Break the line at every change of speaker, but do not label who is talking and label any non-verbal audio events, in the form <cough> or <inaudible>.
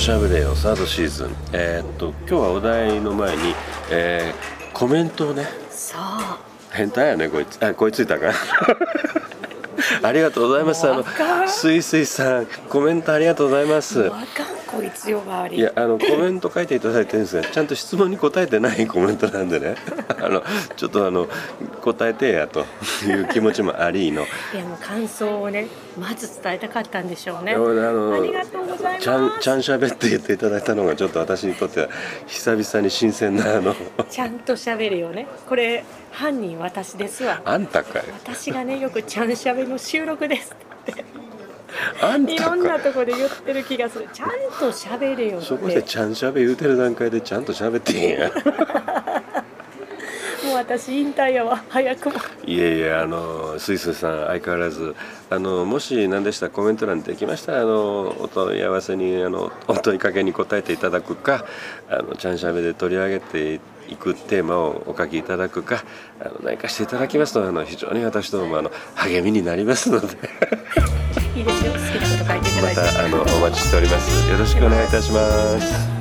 しゃべれよサードシーズンえーっと今日はお題の前に、えーコメントをね
そう
変態やねこいつあこいついたか <laughs> ありがとうございますあ
も
の
うあかん
すいすいさんコメントありがとうございます
もうあかんこいつ呼ばわり
いやあのコメント書いていただいてるんですがちゃんと質問に答えてない <laughs> コメントなんでねあのちょっとあの答えてやという気持ちもありの
いやもう感想をねまず伝えたかったんでしょうね
いや俺あの
ありがとうございます
ちゃんちゃんしゃべって言っていただいたのがちょっと私にとっては久々に新鮮なあの
ちゃんと喋るよねこれ犯人私ですわ
あんたかい
私がねよくちゃんしゃべの収録ですって
あ <laughs> ん
い
た
ろんな
か
とこで言ってる気がするちゃんと喋るよっ
い
て
そこでちゃんしゃべ言うてる段階でちゃんとしゃべってへん <laughs> や
もう私引退やわ早くも
いえいえあのすいすいさん相変わらずあのもし何でしたらコメント欄できましたらあのお問い合わせにあのお問いかけに答えていただくかあのちゃんしゃべで取り上げていくテーマをお書きいただくかあの何かしていただきますとあの非常に私どもあの励みになりますので。 <laughs>
いいですよ好きなこと書いていただ
ま
いて。
たあのお待ちしております。よろしくお願いいたします。